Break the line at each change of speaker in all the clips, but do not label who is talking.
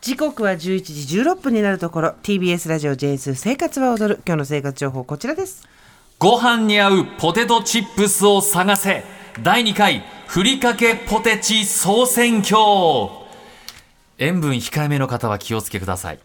時刻は11時16分になるところ TBS ラジオ JS 生活は踊る今日の生活情報こちらです
ご飯に合うポテトチップスを探せ第2回ふりかけポテチ総選挙塩分控えめの方は気をつけくだ さい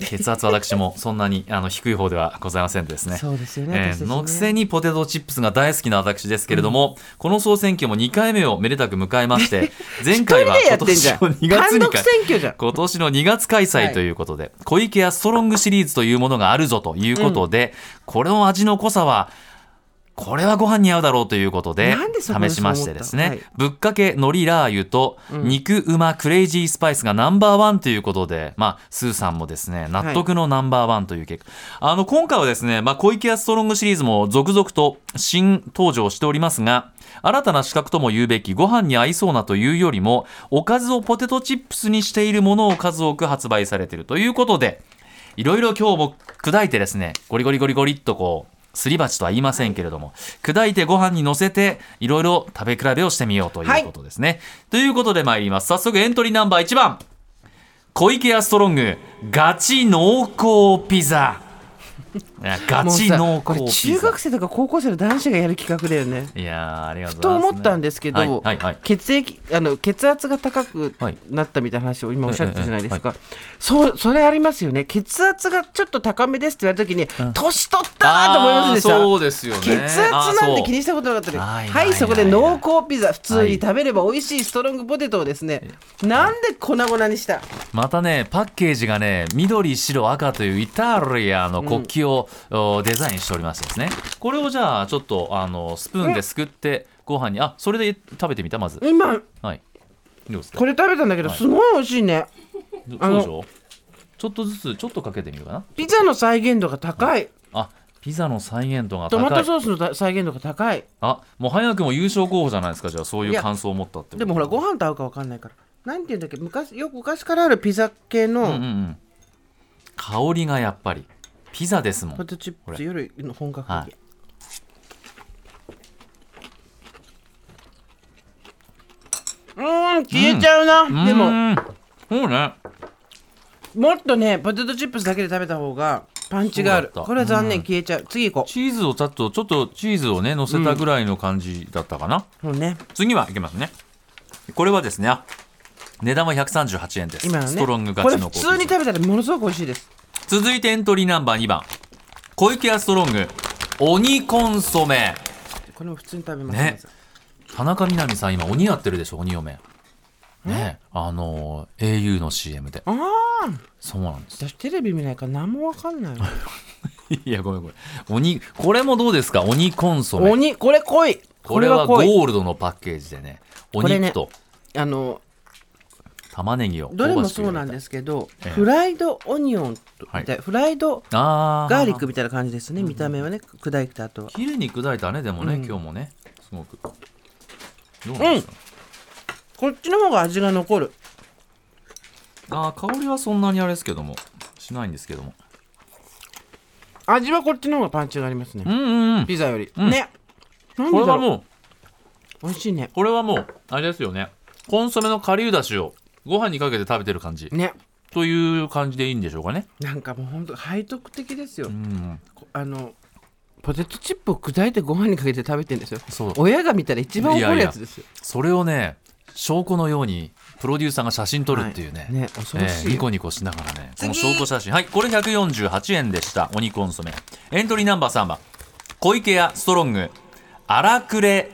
血圧私もそんなにあの低い方ではございませんでですね
そうですよね
え
私たち
ー
ね
のくせにポテトチップスが大好きな私ですけれども、この総選挙も2回目をめでたく迎えまして前回 は
一人でや
今
ってんじ
年
ゃん
の2月
単
に
独選挙じゃん
今年の2月開
は
催
い
ということで、小池屋ストロングシリーズというものがあるぞということで、これの味の濃さはこれはご飯に合うだろうということで
なんでそこで
試しましてですね、
そう思った
ぶっかけ海苔ラー油と肉うまクレイジースパイスがナンバーワンということで、まあ、スーさんもですね納得のナンバーワンという結果、あの今回はですね、まあ、小池屋ストロングシリーズも続々と新登場しておりますが新たな資格とも言うべきご飯に合いそうなというよりもおかずをポテトチップスにしているものを数多く発売されているということでいろいろ今日も砕いてですね、ゴリゴリゴリゴリっとこう、すり鉢とは言いませんけれども、砕いてご飯に乗せて、いろいろ食べ比べをしてみようということですね。ということで参ります。早速エントリーナンバー1番。小池屋ストロング、ガチ濃厚ピザ。いや ガ
もう
チ
さ
濃
こ
厚
れ中
ピザ
学。生とか高校生の男子がやる企画だよね
いやー、ありがとうござ
と
います、
思ったんですけど、
はいはいはい
血液あの血圧が高く
はい
なったみたいな話を今おっしゃってたじゃないですか、そうそれありますよね血圧がちょっと高めですって言われた時に年取ったなと思いますでし
あーそ
ょ
うですよね。
血圧なんて気に
し
したことなかったで
あー
は
そう
いそこで
はいはいはい
濃
はい
厚ピザ普通に食べれば美味しいストロングポテトをですねなんで粉々にした
またねパッケージがね緑白赤というイタリアの国旗を、おデザインしておりましてですねこれをじゃあちょっとあのスプーンですくってご飯にあそれで食べてみたまず
今
はいどうですか
これ食べたんだけどすごい美味しいね
ど
あ
そう
の
でしょちょっとずつちょっとかけてみるかな
ピザの再現度が高い
あピザの再現度が
トマ
高
ト
い
ソースのだ再現度が高い
あもう早くも優勝候補じゃないですかじゃあそうい
いうや
感想を持ったってこと
でもほらご飯と合うかわかんないからなんていうんだっけ昔よく昔からあるピザ系
うんう
の
んうん香りがやっぱりピザですもん
ポテトチップスよりの本格的、
はい
うーん消えちゃうな、で
う
も
ーんそうね
もっとねポテトチップスだけで食べた方がパンチがある
そうだった
これは残念消えちゃう次行こ
チーズをちょっとちょっとチーズをね乗せたぐらいの感じだったかな、
うもうね
次はいきますねこれはですねあ値段は138円です、
今のね
ストロングガ
これ
チ
普
のコーヒ
通に
ー
食べたらものすごく美味しいです
続いてエントリーナンバー2番小池屋ストロング鬼コンソメ
これも普通に食べます
ね田中みな実さん今鬼やってるでしょ鬼嫁ねあのー au の CM で
ああ
そうなんです
私テレビ見ないから何もわかん ないわ
いやごめんごめん鬼これもどうですか鬼コンソメ
鬼これ濃い
これは
濃い
ゴールドのパッケージでねお
これね
肉と
あの
玉ねぎを
どれもそうなん
す
ですけど、
ええ
フライドオニオンと
はい
みたいフライド
あー
ガーリックみたいな感じですね、見た目はね砕いた後は
綺麗に砕いたねでもね、
うん
今日もねすごくどうなんですか、
こっちの方が味が残る
ああ香りはそんなにあれですけどもしないんですけども
味はこっちの方がパンチがありますね
うんうんうん
ピザより、
うん
ねなん
こ
で
れ
だ
は
ろう
もう
美味しいね
これはもうあれですよねコンソメの顆粒だしをご飯にかけて食べてる感じ
ね
という感じでいいんでしょうかね
なんかもうほんと背徳的ですよ、
うん
こあのポテトチップを砕いてご飯にかけて食べてんですよ
そう
親が見たら一番怒るやつですよ
それをね証拠のようにプロデューサーが写真撮るっていうね、
はいね恐ろしい
ニコニコしながらねこ
次
の証拠写真はいこれ148円でしたお肉コンソメエントリーナンバー3番小池屋ストロング荒くれ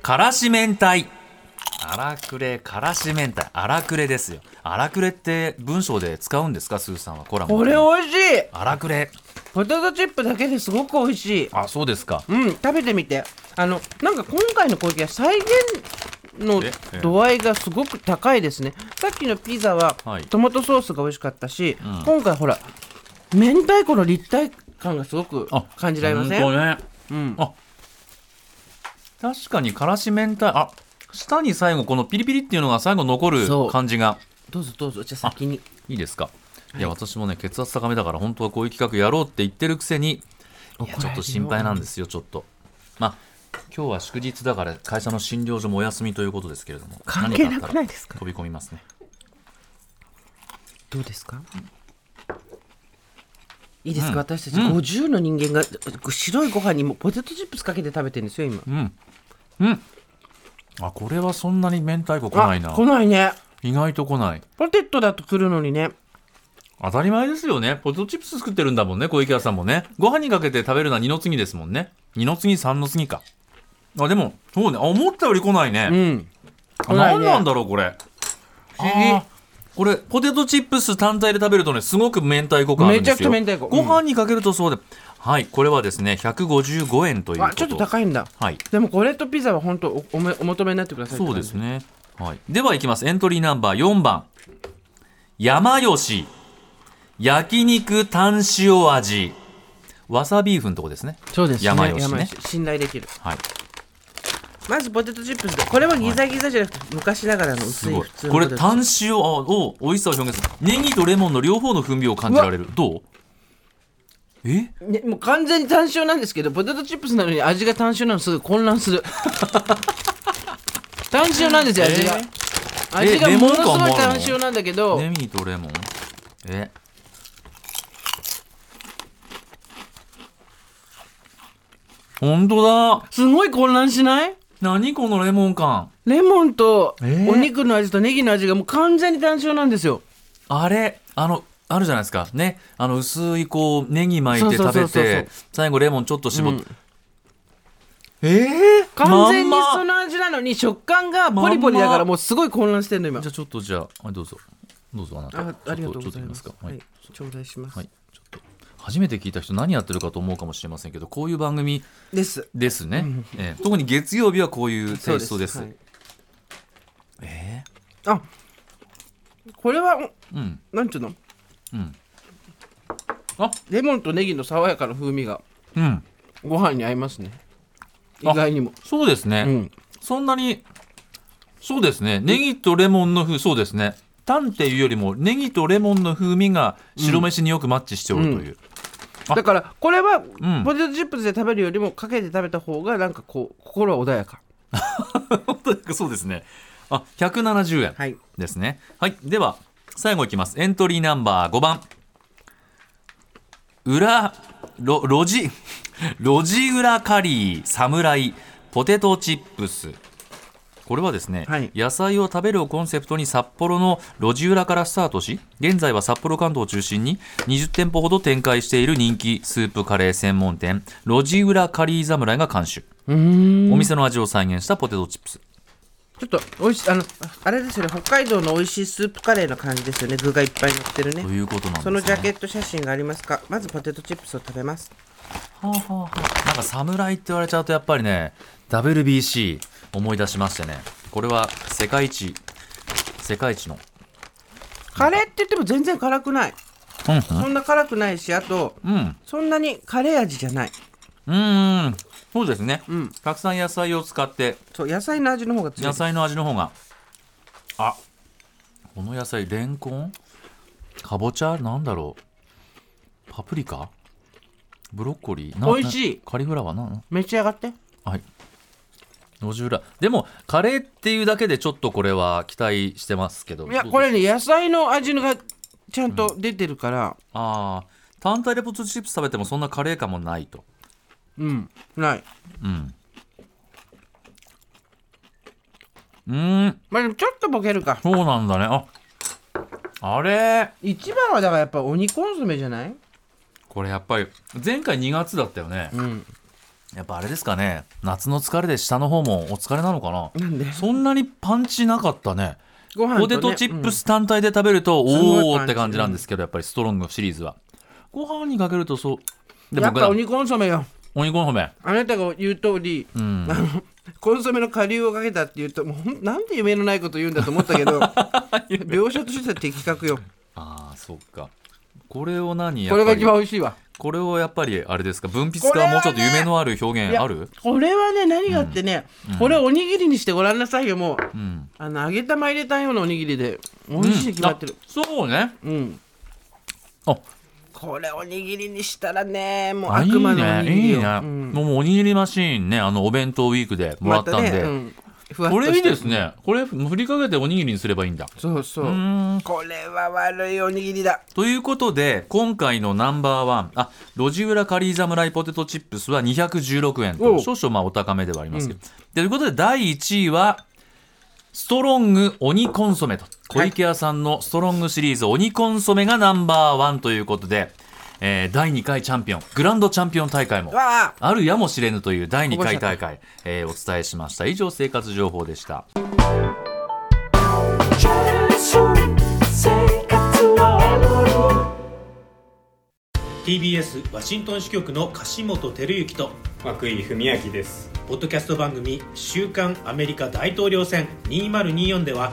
からし明太荒くれからし明太荒くれですよ荒くれって文章で使うんですかスーさんはコラム
これ美味しい
荒くれ
ポテトチップだけですごく美味しい
あそうですか
うん食べてみてあのなんか今回の小池は再現の
ええ
度合いがすごく高いですねさっきのピザは
はい
トマトソースが美味しかったし、
ん
今回ほら明太子の立体感がすごく
あ
感じられません
本当ね
うん
あ確かにからし明太あ下に最後このピリピリっていうのが最後残る
そう
感じが
どうぞどうぞじゃあ先に
いいですかいや私もね血圧高めだから本当はこういう企画やろうって言ってるくせにいや
怒
ち
られ
ょっ
る
と
よ
心配なんですよちょっとまあ今日は祝日だから会社の診療所もお休みということですけれども
関係な
何かあ
く
った
な
ら
いですか
飛び込みますね
どうですかいいですか、私たち50の人間が白いご飯にもポテトチップスかけて食べてるんですよ今
うんうんあこれはそんなに明太子来ないな
あ来ないね
意外と来ない
ポテトだと来るのにね
当たり前ですよねポテトチップス作ってるんだもんね小池屋さんもねご飯にかけて食べるのは二の次ですもんね二の次三の次かあでもそうねあ思ったより来ないね、
うん
あ
来ない
何
ね
なんだろうこれ
不思議
あーこれポテトチップス単体で食べるとねすごく明太子感あるんですよ
めちゃくちゃ明太子
ご飯にかけるとそうで、はいこれはですね155円というこ
あ
と
ちょっと高いんだ
はい
でもこれとピザは本当おおめお求めになってくださいって
そう
感
で
じ
すね、はい、ではいきますエントリーナンバー4番山吉焼肉炭塩味わさビーフのとこですね
そうですね
山吉ね
吉信頼できる
はい
まずポテトチップスでこれはギザギザじゃなくて昔ながらの
す
薄い
ごい
普通の
これ
ポテト
炭塩を美味しさを表現するネギとレモンの両方の風味を感じられるどうえ
ね、もう完全に単勝なんですけどポテトチップスなのに味が単勝なのすぐ混乱する単勝なんですよ味が、
え
味が
えレ
も
モ
の
ン
す
感も
ごい
あるの
単勝なんだけど、
ネギとレモンえ本当だ
すごい混乱しない
何このレモン感
レモンと
え
お肉の味とネギの味がもう完全に単勝なんですよ
あれあのあるじゃないですかねあの薄いこうネギ巻いて
そう
食
そうそう
べ
そうそう
て最後レモンちょっと絞って、
うん
ええ
完全に
まんま
その味なのに食感がポリポリだからもうすごい混乱してるの今
じゃあちょっとじゃあはいどうぞどうぞあなた
あありがとう
ち
ご
ょっち
ざ
ょっ
い
き
ます
かは
はいい、頂戴します、
はい、ちょっと初めて聞いた人何やってるかと思うかもしれませんけどこういう番組
です
ですね、ええ特に月曜日はこういうテイストです
はい
え
あこれはお
えうん
なんていうの
うんあ
レモンとネギの爽やかな風味が
うん
ご飯に合いますね意
あ
外にも
そうですね、
うん
そんなにそうですねネギとレモンの風そうですねタンっていうよりもネギとレモンの風味が白飯によくマッチしておるという、あ
だからこれは
ん
ポテトチップスで食べるよりもかけて食べた方がなんかこう心は穏やか
本当にそうですねあ170円
はい
ですねはいでは最後いきますエントリーナンバー5番裏路路地 路地裏カリー侍ポテトチップスこれはですね、
はい
野菜を食べるをコンセプトに札幌の路地裏からスタートし現在は札幌関東を中心に20店舗ほど展開している人気スープカレー専門店路地裏カリー侍が監修
うーん
お店の味を再現したポテトチップス
ちょっと美味しいあのあれですよね北海道の美味しいスープカレーの感じですよね具がいっぱい乗ってるね
ということなんです、ね、
そのジャケット写真がありますかまずポテトチップスを食べます
はあはあはあなんか侍って言われちゃうとやっぱりね WBC 思い出しましてねこれは世界一世界一の
カレーって言っても全然辛くない
うん
そんな辛くないしあと
うんうん
そんなにカレー味じゃない
うんうんそうですね、
うん
たくさん野菜を使って
そう野菜の味の方が強い
野菜の味の方があこの野菜レンコンかぼちゃなんだろうパプリカブロッコリーな
美味しい
なカリフラワーなの
召し上がって
はい。路地裏。でも、カレーっていうだけでちょっとこれは期待してますけど。
いやこれね野菜の味がちゃんと出てるから
ああ、単体でポテトチップス食べてもそんなカレー感もないと。
うんない
うん。うーん、
まあでもちょっとボケるか
そうなんだね。あ、あれ
一番はだからやっぱ鬼コンソメじゃない
これやっぱり、前回2月だったよね。
うん
やっぱあれですかね。夏の疲れで下の方もお疲れなのかな。
なんで
そんなにパンチなかったね。
ご飯と、ね、
ポテトチップ
ス、
ス単体で食べると、
すごい
おお
パンチ
って感じなんですけど、やっぱりストロングシリーズは。ご飯にかけるとそう。で
や
も
っぱ鬼コンソメよ
鬼ごめん。
あなたが言う通り、
ん
あの コンソメの顆粒をかけたって言うともうほんなんで夢のないこと言うんだと思ったけど 描写としては的確よ
ああ、そっか。これを何や
こ
っ
れ
ぱ
が
り
一番美味しいわ
これをやっぱりあれですか文筆家はもうちょっと夢のある表現ある、
これはね何があってね、これおにぎりにしてごらんなさいよもう
うん、
あの揚げ玉入れたようなおにぎりで美味しいに決まってる
あそうね
うん、
あ
これおにぎりにしたらねもう
あいい
悪魔のおにぎ
ね
り
いい
よ
ね、
うん
もうおにぎりマシーンねあのお弁当ウィークでもらったん
ま
で、
たねうんふわっ
ことれいいです
ね
ねこれ振りかけておにぎりにすればいいんだ
そうそうう
ーん
これは悪いおにぎりだ
ということで今回のナンバーワンあ路地裏カリー侍ポテトチップスは216円
お
と
う
少々まあお高めではありますけど、でということで第1位はストロング鬼コンソメと小池屋さんのストロングシリーズ鬼コンソメがナンバーワンということで、えー第2回チャンピオングランドチャンピオン大会も
わあ
あるやもしれぬという第2回大会、えーお伝えしました以上生活情報でした
生活の
TBS ワシントン支局の樫本照之と
和久井文明です
ポッドキャスト番組「週刊アメリカ大統領選2024」では